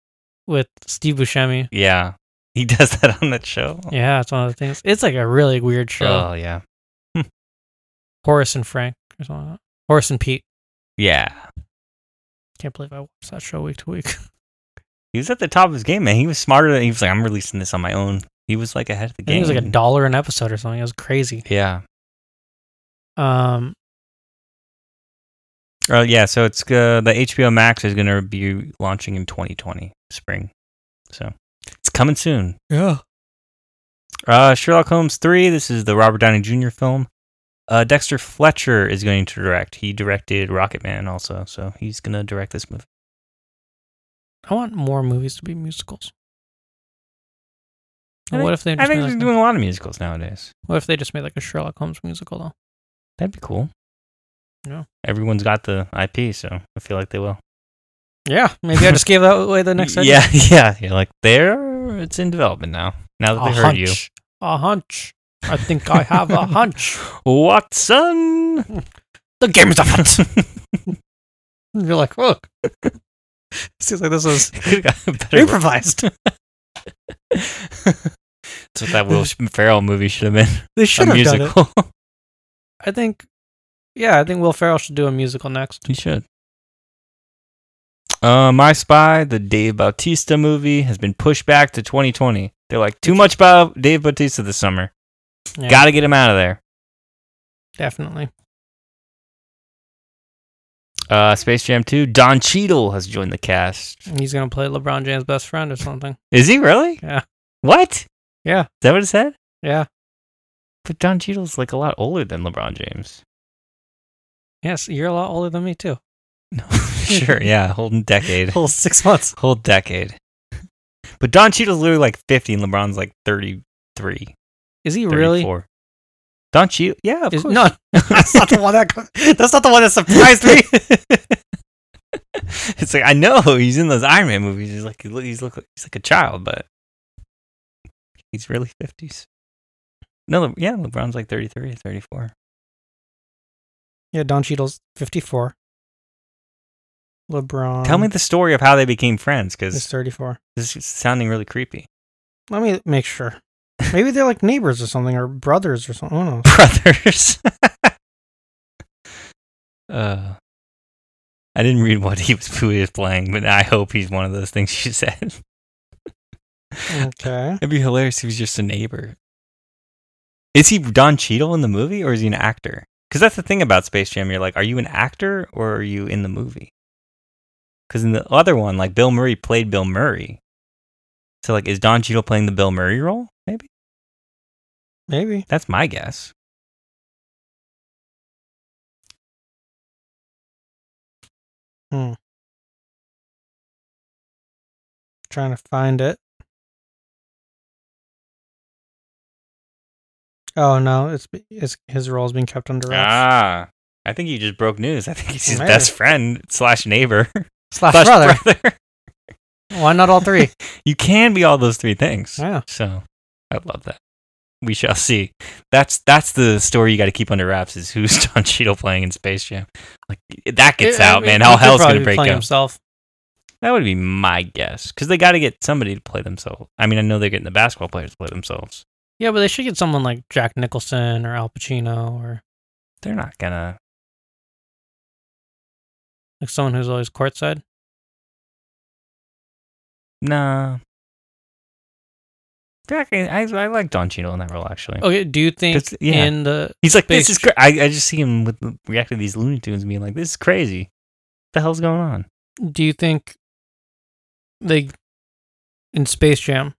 with Steve Buscemi.
yeah. He does that on that show.
Yeah, it's one of the things. It's like a really weird show.
Oh, yeah.
Horace and Frank or something. Like that. Horace and Pete.
Yeah.
can't believe I watched that show week to week.
He was at the top of his game, man. He was smarter than he was like, I'm releasing this on my own. He was like ahead of the
I think
game.
it was like a dollar an episode or something. It was crazy.
Yeah.
Um,
Oh yeah, so it's uh, the HBO Max is going to be launching in 2020 spring. So it's coming soon.
yeah.
Uh, Sherlock Holmes 3, this is the Robert Downey Jr. film. Uh, Dexter Fletcher is going to direct. He directed Rocket Man also, so he's going to direct this movie.
I want more movies to be musicals.
I
And what
think-
if they
I
just made
think they're
like,
doing a lot of musicals nowadays.
what if they just made like a Sherlock Holmes musical though?
That'd be cool.
Yeah.
Everyone's got the IP, so I feel like they will.
Yeah, maybe I just gave that away the next.
yeah, yeah. You're like, there, it's in development now. Now that
a
they heard
hunch.
you.
A hunch. I think I have a hunch.
Watson!
The game is a hunch.
Could've
You're like, look. Seems like this is
got a better-
improvised.
That's what that Will Ferrell movie should have been.
They should
a
have done it.
musical.
I think. Yeah, I think Will Ferrell should do a musical next.
You should. Uh, My Spy, the Dave Bautista movie, has been pushed back to 2020. They're like, too much about Dave Bautista this summer.
Yeah,
Gotta get him out of there.
definitely.
Uh, Space Jam 2, Don Cheadle has joined the cast.
He's gonna play LeBron James' best friend or something.
Is he really?
Yeah.
What?
Yeah.
Is that what it said?
Yeah.
But Don Cheadle's like a lot older than LeBron James.
Yes, you're a lot older than me too.
No. sure, yeah. Whole decade.
Whole six months.
Whole decade. But Don Cheadle's literally like 50 and LeBron's like 33.
Is he really?
34. Don Cheadle? Yeah, of
Is,
course.
no, that's not the one that. That's not the one that surprised me.
it's like I know he's in those Iron Man movies. He's like he look- he's look he's like a child, but he's really fifties. No, Le- yeah, LeBron's like 33, 34.
Yeah, Don Cheadle's 54. LeBron.
Tell me the story of how they became friends,
is
because
34.
this is sounding really creepy.
Let me make sure. Maybe they're like neighbors or something, or brothers or something. I don't know.
Brothers. uh, I didn't read what he was who he was playing, but I hope he's one of those things you said.
Okay.
It'd be hilarious if he was just a neighbor. Is he Don Cheadle in the movie or is he an actor? Because that's the thing about Space Jam. You're like, are you an actor or are you in the movie? Because in the other one, like Bill Murray played Bill Murray. So like, is Don Cheadle playing the Bill Murray role? Maybe
Maybe.
that's my guess.
Trying to find it. Oh no, it's, it's his role's being kept under wraps.
Ah, I think you just broke news. I think he's his
Maybe.
best friend slash neighbor
Slash
slash
brother.
brother.
Why not all three?
You can be all those three things.
yeah.
So I love that. We shall see. That's that's the story you got to keep under wraps is who's Don Cheadle playing in Space Jam. Like that gets
I
out,
mean,
man. How
he could
hell's
probably
gonna
be
break up?
playing himself.
That would be my guess because they got to get somebody to play themselves. I mean, I know they're getting the basketball players to play themselves.
Yeah, but they should get someone like Jack Nicholson or Al Pacino or
They're not gonna.
like someone who's always courtside.
Nah. They're not gonna- I, I like Don Cheadle in that role actually.
Okay, do you think
That's- yeah.
in the
He's like,
Space
this is. Cra-. I I just see him with reacting to these Looney Tunes, and being like, this is crazy. What the hell's going on?
do you think they in Space Jam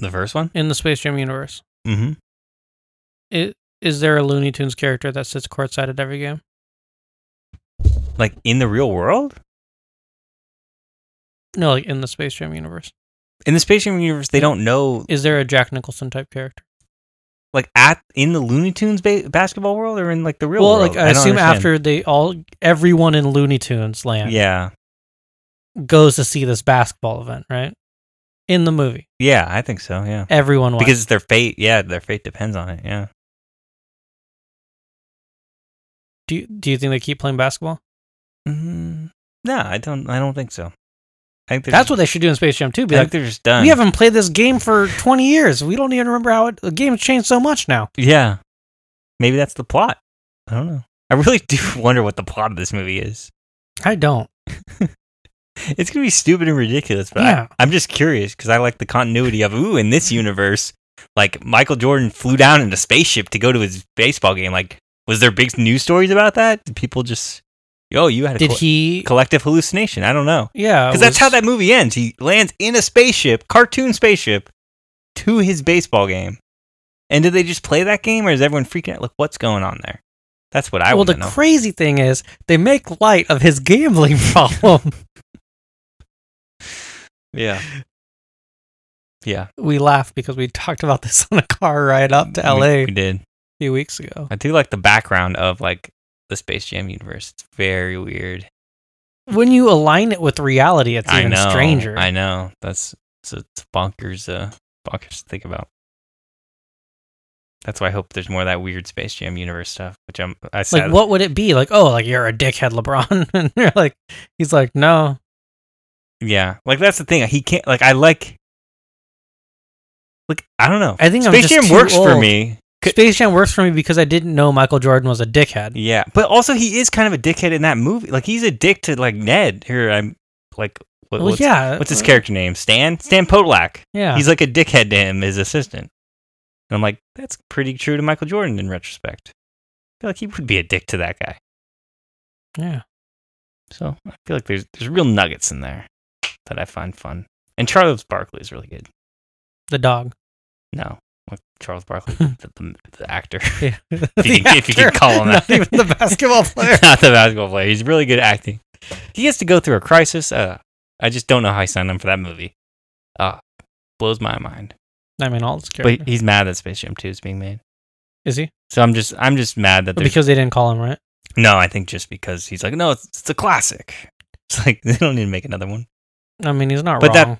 The first one.
in the Space Jam universe
Mm-hmm.
i- is there a Looney Tunes character that sits courtside at every game?
Like in the real world.
No, like in the Space Jam universe,
in the Space Jam universe, they don't know
is there a Jack Nicholson type character?
like at in the Looney Tunes ba- basketball world or in like the real
well,
world.
like I,
don't
assume
understand.
after they all everyone in Looney Tunes land
Yeah,
goes to see this basketball event, right? In the movie,
yeah, I think so. Yeah,
everyone went.
because it's their fate. Yeah, their fate depends on it. Yeah,
do you, do you think they keep playing basketball?
mm, no, I don't. I don't think so. I think they're
That's
just,
what they should do in Space Jam too. Be
I
like,
think they're just done.
We haven't played this game for 20 years. We don't even remember how it, the game's changed so much now.
yeah, maybe that's the plot. I don't know. I really do wonder what the plot of this movie is.
I don't.
It's gonna be stupid and ridiculous, but
Yeah.
I, I'm just curious because I like the continuity of ooh in this universe, like Michael Jordan flew down in a spaceship to go to his baseball game. Like, was there big news stories about that? Did people just yo you had a
Did
col-
he?
collective hallucination? I don't know
Yeah,
because that's
was-
how that movie ends. He lands in a spaceship, cartoon spaceship, to his baseball game. And did they just play that game, or is everyone freaking out? Like, what's going on there? That's what I
well,
want
the
to know.
crazy thing is they make light of his gambling problem.
yeah, yeah.
we laugh because we talked about this on a car ride up to
We-
LA
we did.
a few weeks ago.
I do like the background of like the Space Jam universe. It's very weird.
When you align it with reality, it's
I
even
know.
stranger.
I know. That's it's, it's bonkers. Uh, bonkers to think about. That's why I hope there's more of that weird Space Jam universe stuff. Which I'm. I
like,
said.
what would it be? Like, oh, like you're a dickhead, LeBron, and you're like, he's like, no,
Yeah. Like that's the thing. He can't. Like I like. Like I don't know.
I think I'm
Space
just
Jam
too
works for
old.
me. Could-
Space Jam works for me because I didn't know Michael Jordan was a dickhead.
Yeah, but also he is kind of a dickhead in that movie. Like he's a dick to like Ned. Here I'm like. What,
well,
what's,
yeah,
What's his character name? Stan. Stan Potlak.
Yeah,
He's like a dickhead to him, his assistant. And I'm like, that's pretty true to Michael Jordan in retrospect. I feel like he would be a dick to that guy.
yeah.
So I feel like there's there's real nuggets in there that I find fun. And Charles Barkley is really good.
The dog.
No, like Charles Barkley, the, the, the actor.
Yeah.
If you, can, if you can call him
Not
that.
even the basketball player.
Not the basketball player. He's really good at acting. He has to go through a crisis. Uh, I just don't know how I signed him for that movie. Uh, blows my mind.
I mean, all his
But
characters.
he's mad that Space Jam 2 is being made.
Is he?
So I'm just I'm just mad that
But
there's
because they didn't call him right.
No, I think just because he's like, no, it's, it's a classic. It's like they don't need to make another one.
I mean, he's not
But that-
wrong.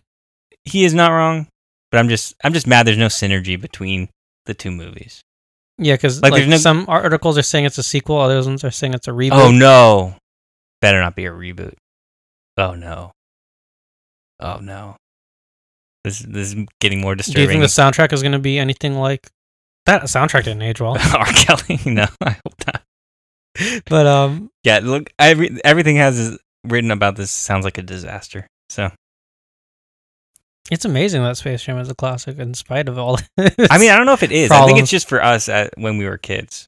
He is not wrong, but I'm just I'm just mad. There's no synergy between the two movies.
yeah, because
like,
like,
there's no-
some articles are saying it's a sequel, other ones are saying it's a reboot.
Oh no, better not be a reboot. Oh no, oh no. This this is getting more
Do you
disturbing.
think the soundtrack is going to be anything like that? Soundtrack didn't age well,
R. Kelly? No, I hope not.
but um,
Yeah, look, every everything has is written about this sounds like a disaster. So
it's amazing that Space Jam is a classic in spite of all.
I mean, I don't know if it is. I think
Problems.
it's just for us at, when we were kids.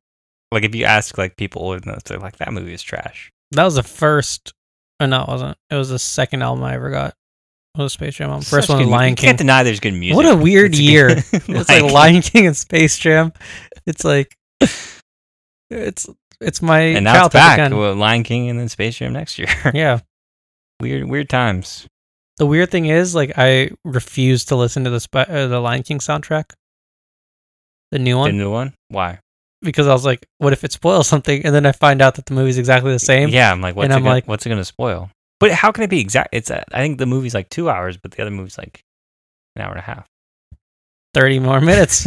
Like if you ask like people older than us, they're like, "That movie is trash."
that was the first. Oh no, it wasn't. It was the second album I ever got. It was Space Jam. Album. First
Such
one,
good
was
mu-
Lion
You can't
King.
deny there's good music.
What a weird
It's a good-
year. it's like Lion King and Space Jam. It's like it's it's my
and now it's
childhood
back.
again.
Well, Lion King and then Space Jam next year.
Yeah.
weird, weird times.
The weird thing is, like, I refuse to listen to the Sp- uh, the Lion King soundtrack, the new
The
one,
new one. Why?
because I was like, what if it spoils something? And then I find out that the movie's exactly the same.
Yeah, I'm like, what's
And
it
I'm
gonna,
like-
what's it going to spoil? But how can it be exact? It's uh, I think the movie's like two hours, but the other movie's like an hour and a half.
Thirty more minutes.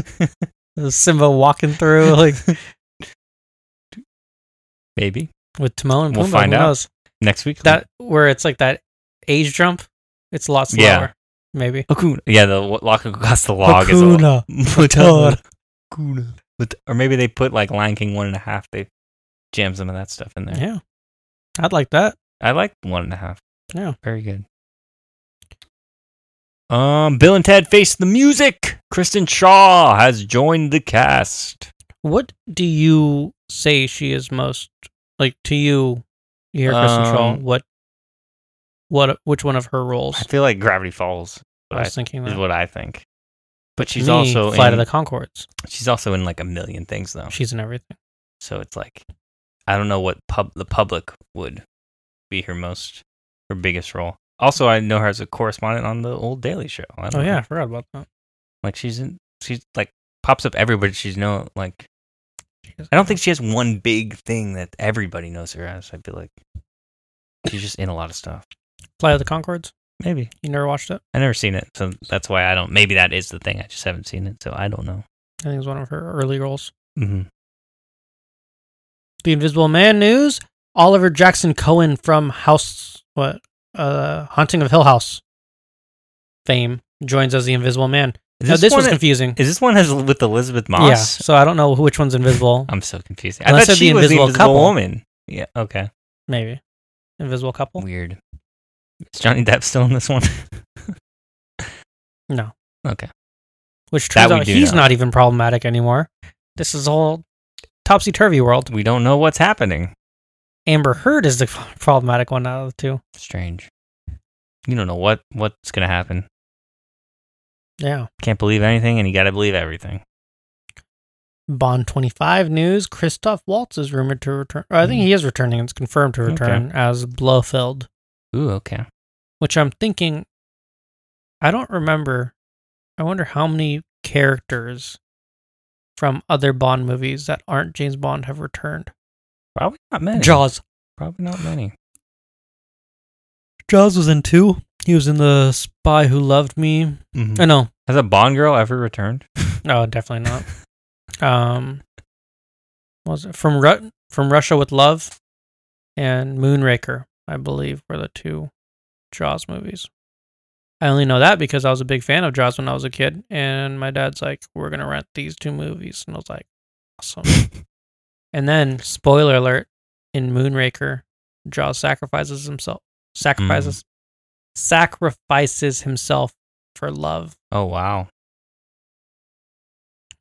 Simba walking through like
Maybe
with Timon and Pumbaa.
We'll find
who
out.
knows?
next week.
That where it's like that age jump. It's a lot slower.
Yeah.
Maybe.
Hakuna. Yeah, the lock across the log is a lot-
Hakuna
Matata. But uh, or maybe they put like Lion King one and a half. They jam some of that stuff in there.
Yeah. I'd like that.
I like one and a half.
Yeah.
very good. Um, Bill and Ted face the music. Kristen Shaw has joined the cast.
What do you say she is most like to you? You hear Kristen Shaw.
Um,
What? What? Which one of her
I
roles?
feel like Gravity Falls
I,
I-
was thinking
is
that.
what I think. But
To
she's
me,
also
Flight
in, Oh.
of the Concords.
she's also in like a million things though.
She's in everything.
So it's like I don't know what pub the public would be her most her biggest role. Also, I know her as a correspondent on the old Daily Show. I
Oh
don't know.
yeah, I forgot about that.
like she's in she's like pops up everywhere. She's no like I don't think she has one big thing that everybody knows her as. I feel like she's just in a lot of stuff.
Flight of the Concords.
Maybe
You never watched it.
I never seen it, so that's why I don't. Maybe that is the thing. I just haven't seen it, so I don't know.
I think it was one of her early roles.
Mm-hmm.
The Invisible Man news. Oliver Jackson Cohen from House what uh Haunting of Hill House fame joins as the Invisible Man.
Is
now this
one
was
that-
confusing.
is this one has with Elizabeth
Yeah,
Moss?
so I don't know which
Um,
one's invisible.
I'm so confused. I
Unless
thought
they're
she
the
was the
invisible
invisible
couple.
woman. Yeah. Okay.
Maybe. Invisible couple?
Weird. Is Johnny Depp still in this one?
No.
Okay.
Which
That
turns
we
out
do
he's
know.
not even problematic anymore. This is all topsy turvy world.
We don't know what's happening.
Amber Heard is the f- problematic one out of the two.
Strange. You don't know what what's gonna happen.
Yeah.
Can't believe anything, and you gotta believe everything.
Bond 25 news Christoph Waltz is rumored to return. Or I
Hmm.
think he is returning. It's confirmed to return as Blofeld,
Ooh, okay.
which I'm thinking. I don't remember. I wonder how many characters from other Bond movies that aren't James Bond have returned.
Probably not many.
Jaws.
Probably not many.
Jaws was in two. He was in The Spy Who Loved Me.
Mm-hmm.
I know.
Has a Bond girl ever returned?
No, Oh, definitely not. um, what was it from Ru- from Russia with Love and Moonraker? I believe were the two Jaws movies. I only know that because I was a big fan of Jaws when I was a kid, and my dad's like, "We're gonna rent these two movies," and I was like, "Awesome!" and then, spoiler alert: in Moonraker, Jaws sacrifices himself,
Mm.
sacrifices, sacrifices himself for love.
Oh wow,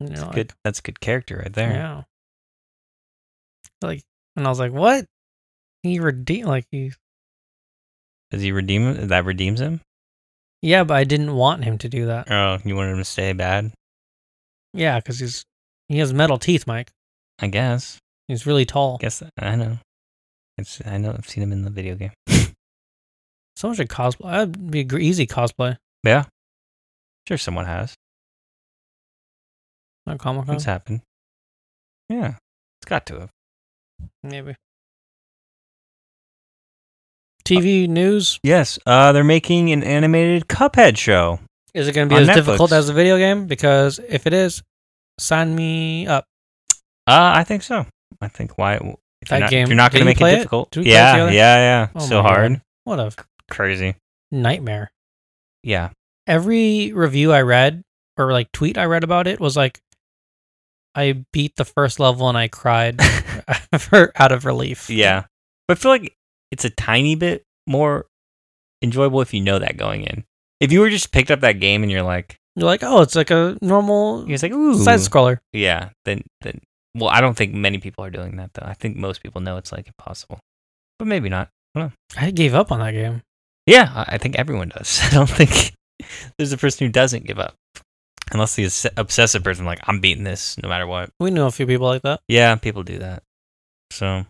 And you're like,
good. That's a good character right there.
Yeah. Like, and I was like, "What? He redeem like he?
Does he redeem that redeems him?
Yeah, but I didn't want him to do that.
Oh, you wanted him to stay bad?
Yeah, because he's he has metal teeth, Mike.
I guess.
He's really tall.
Guess I know. It's I know. I've seen him in the video game.
Someone should cosplay. That'd be a gr- easy cosplay
Yeah, sure. Someone has.
at Comic Con,
It's happened. Yeah, it's got to have.
maybe. TV news
Yes, uh, they're making an animated Cuphead show.
is it going to be
on
as difficult
Netflix.
as the video game? Because if it is, sign me up.
Uh, I think so. I think why if you're
That
not,
game-
If you're not
did
going
you
to make
play
it
it?
difficult.
Did we play it
yeah, yeah,
together?
yeah,
Oh
So
my God.
hard,
What a
crazy.
nightmare.
Yeah,
every review I read or like tweet I read about it was like, I beat the first level and I cried for, out of relief.
Yeah. But I feel like it's a tiny bit more enjoyable if you know that going in. If you were just picked up that game and you're like,
You're like, oh, it's like a normal
you're just like, ooh,
side scroller.
yeah, then, then, well, I don't think many people are doing that though. I think most people know it's like impossible, but maybe not.
I gave up on that game.
Yeah, I, I think everyone does. I don't think there's a person who doesn't give up, unless the obs- obsessive person like, I'm beating this no matter what.
We know a few people like that.
Yeah, people do that. So,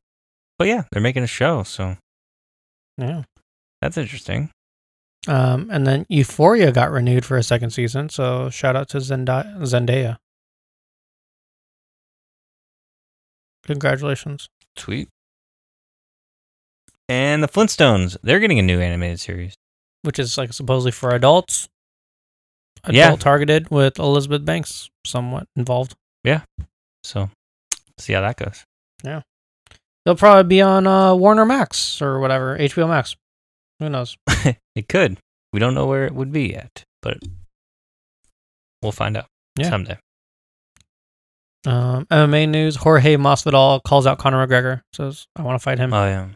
but yeah, they're making a show, so
Yeah.
that's interesting.
Um, and then Euphoria got renewed for a second season. So shout out to Zendaya. Zendaya. Congratulations.
Sweet. And the Flintstones, they're getting a new animated series.
Which is like supposedly for adults. Adult
Yeah.
targeted with Elizabeth Banks somewhat involved.
So see how that goes.
They'll probably be on uh, Warner Max or whatever, HBO Max. Who knows?
It could. We don't know where it would be yet, but we'll find out
Yeah.
someday.
Um, MMA news: Jorge Masvidal calls out Conor McGregor. Says, "I want to fight him
Oh yeah.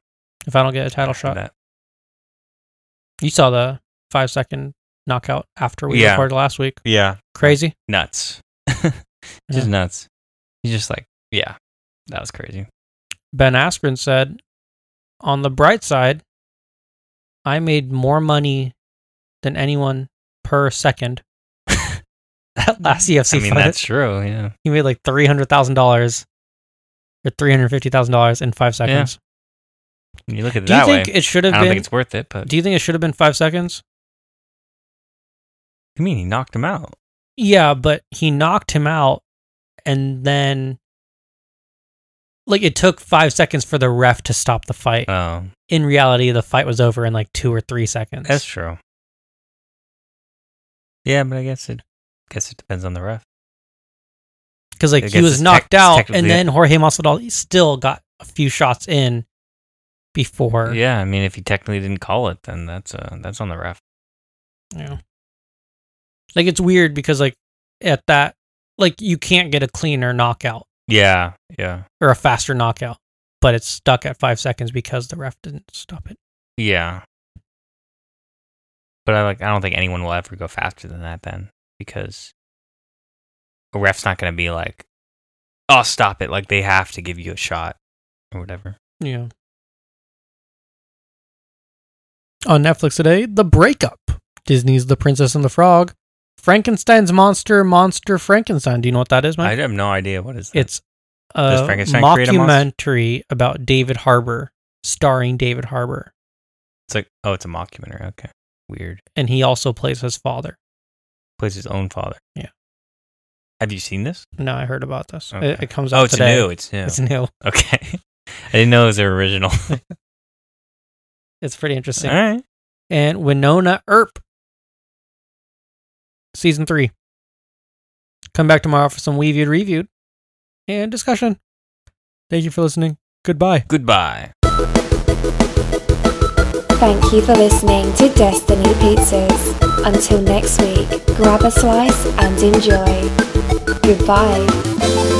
if I don't get a title
After
Hmm. shot."
that.
You saw the five second knockout after we
Yeah.
recorded last week.
Yeah.
Crazy.
Nuts.
Yeah.
Just nuts. He's just like, yeah, that was crazy.
Ben Askren said, "On the bright side, I made more money than anyone per second at last E UFC
Mm-hmm. I mean,
fight.
that's true. Yeah.
He made like three hundred thousand dollars or three hundred fifty thousand dollars in five seconds.
When you look at it
Do you
that way.
think it should
I
have
don't
been?
think it's worth it, but
do you think it should have been five seconds?
I mean, he knocked him out.
Yeah, but he knocked him out, and then like it took five seconds for the ref to stop the fight.
Oh,
in reality, the fight was over in like two or three seconds.
that's true. Yeah, but I guess it, guess it depends on the ref.
because like
I
he
guess
was
it's
knocked
tec- it's
out, and
technically-
then Jorge Masvidal still got a few shots in before.
Yeah, I mean, if he technically didn't call it, then that's uh, that's on the ref.
Yeah. Like it's weird because like at that like you can't get a cleaner knockout
Yeah, yeah,
or a faster knockout. but it's stuck at five seconds because the ref didn't stop it.
Yeah. But I like I don't think anyone will ever go faster than that then because a ref's not gonna be like, Oh stop it, like they have to give you a shot or whatever.
Yeah. On Netflix today, The Breakup. Disney's The Princess and the Frog. Frankenstein's Monster, Monster Frankenstein. Do you know what that is,
I
Mike?
have no idea what is that.
It's a
Frankenstein create a monster?
mockumentary about David Harbour, starring David Harbour.
it's like oh it's a mockumentary, okay. Weird.
And he also plays his father.
Plays his own father.
Yeah.
Have you seen this?
No, I heard about this.
Okay.
It, it comes out
Oh it's
today.
new, it's new.
It's new.
okay. I didn't know it was their original.
It's pretty interesting.
All right.
And Winona Earp, season three. Come back tomorrow for some We Viewed Reviewed and discussion. Thank you for listening. Goodbye.
Goodbye.
Thank you for listening to Destiny Pizzas. Until next week, grab a slice and enjoy. Goodbye.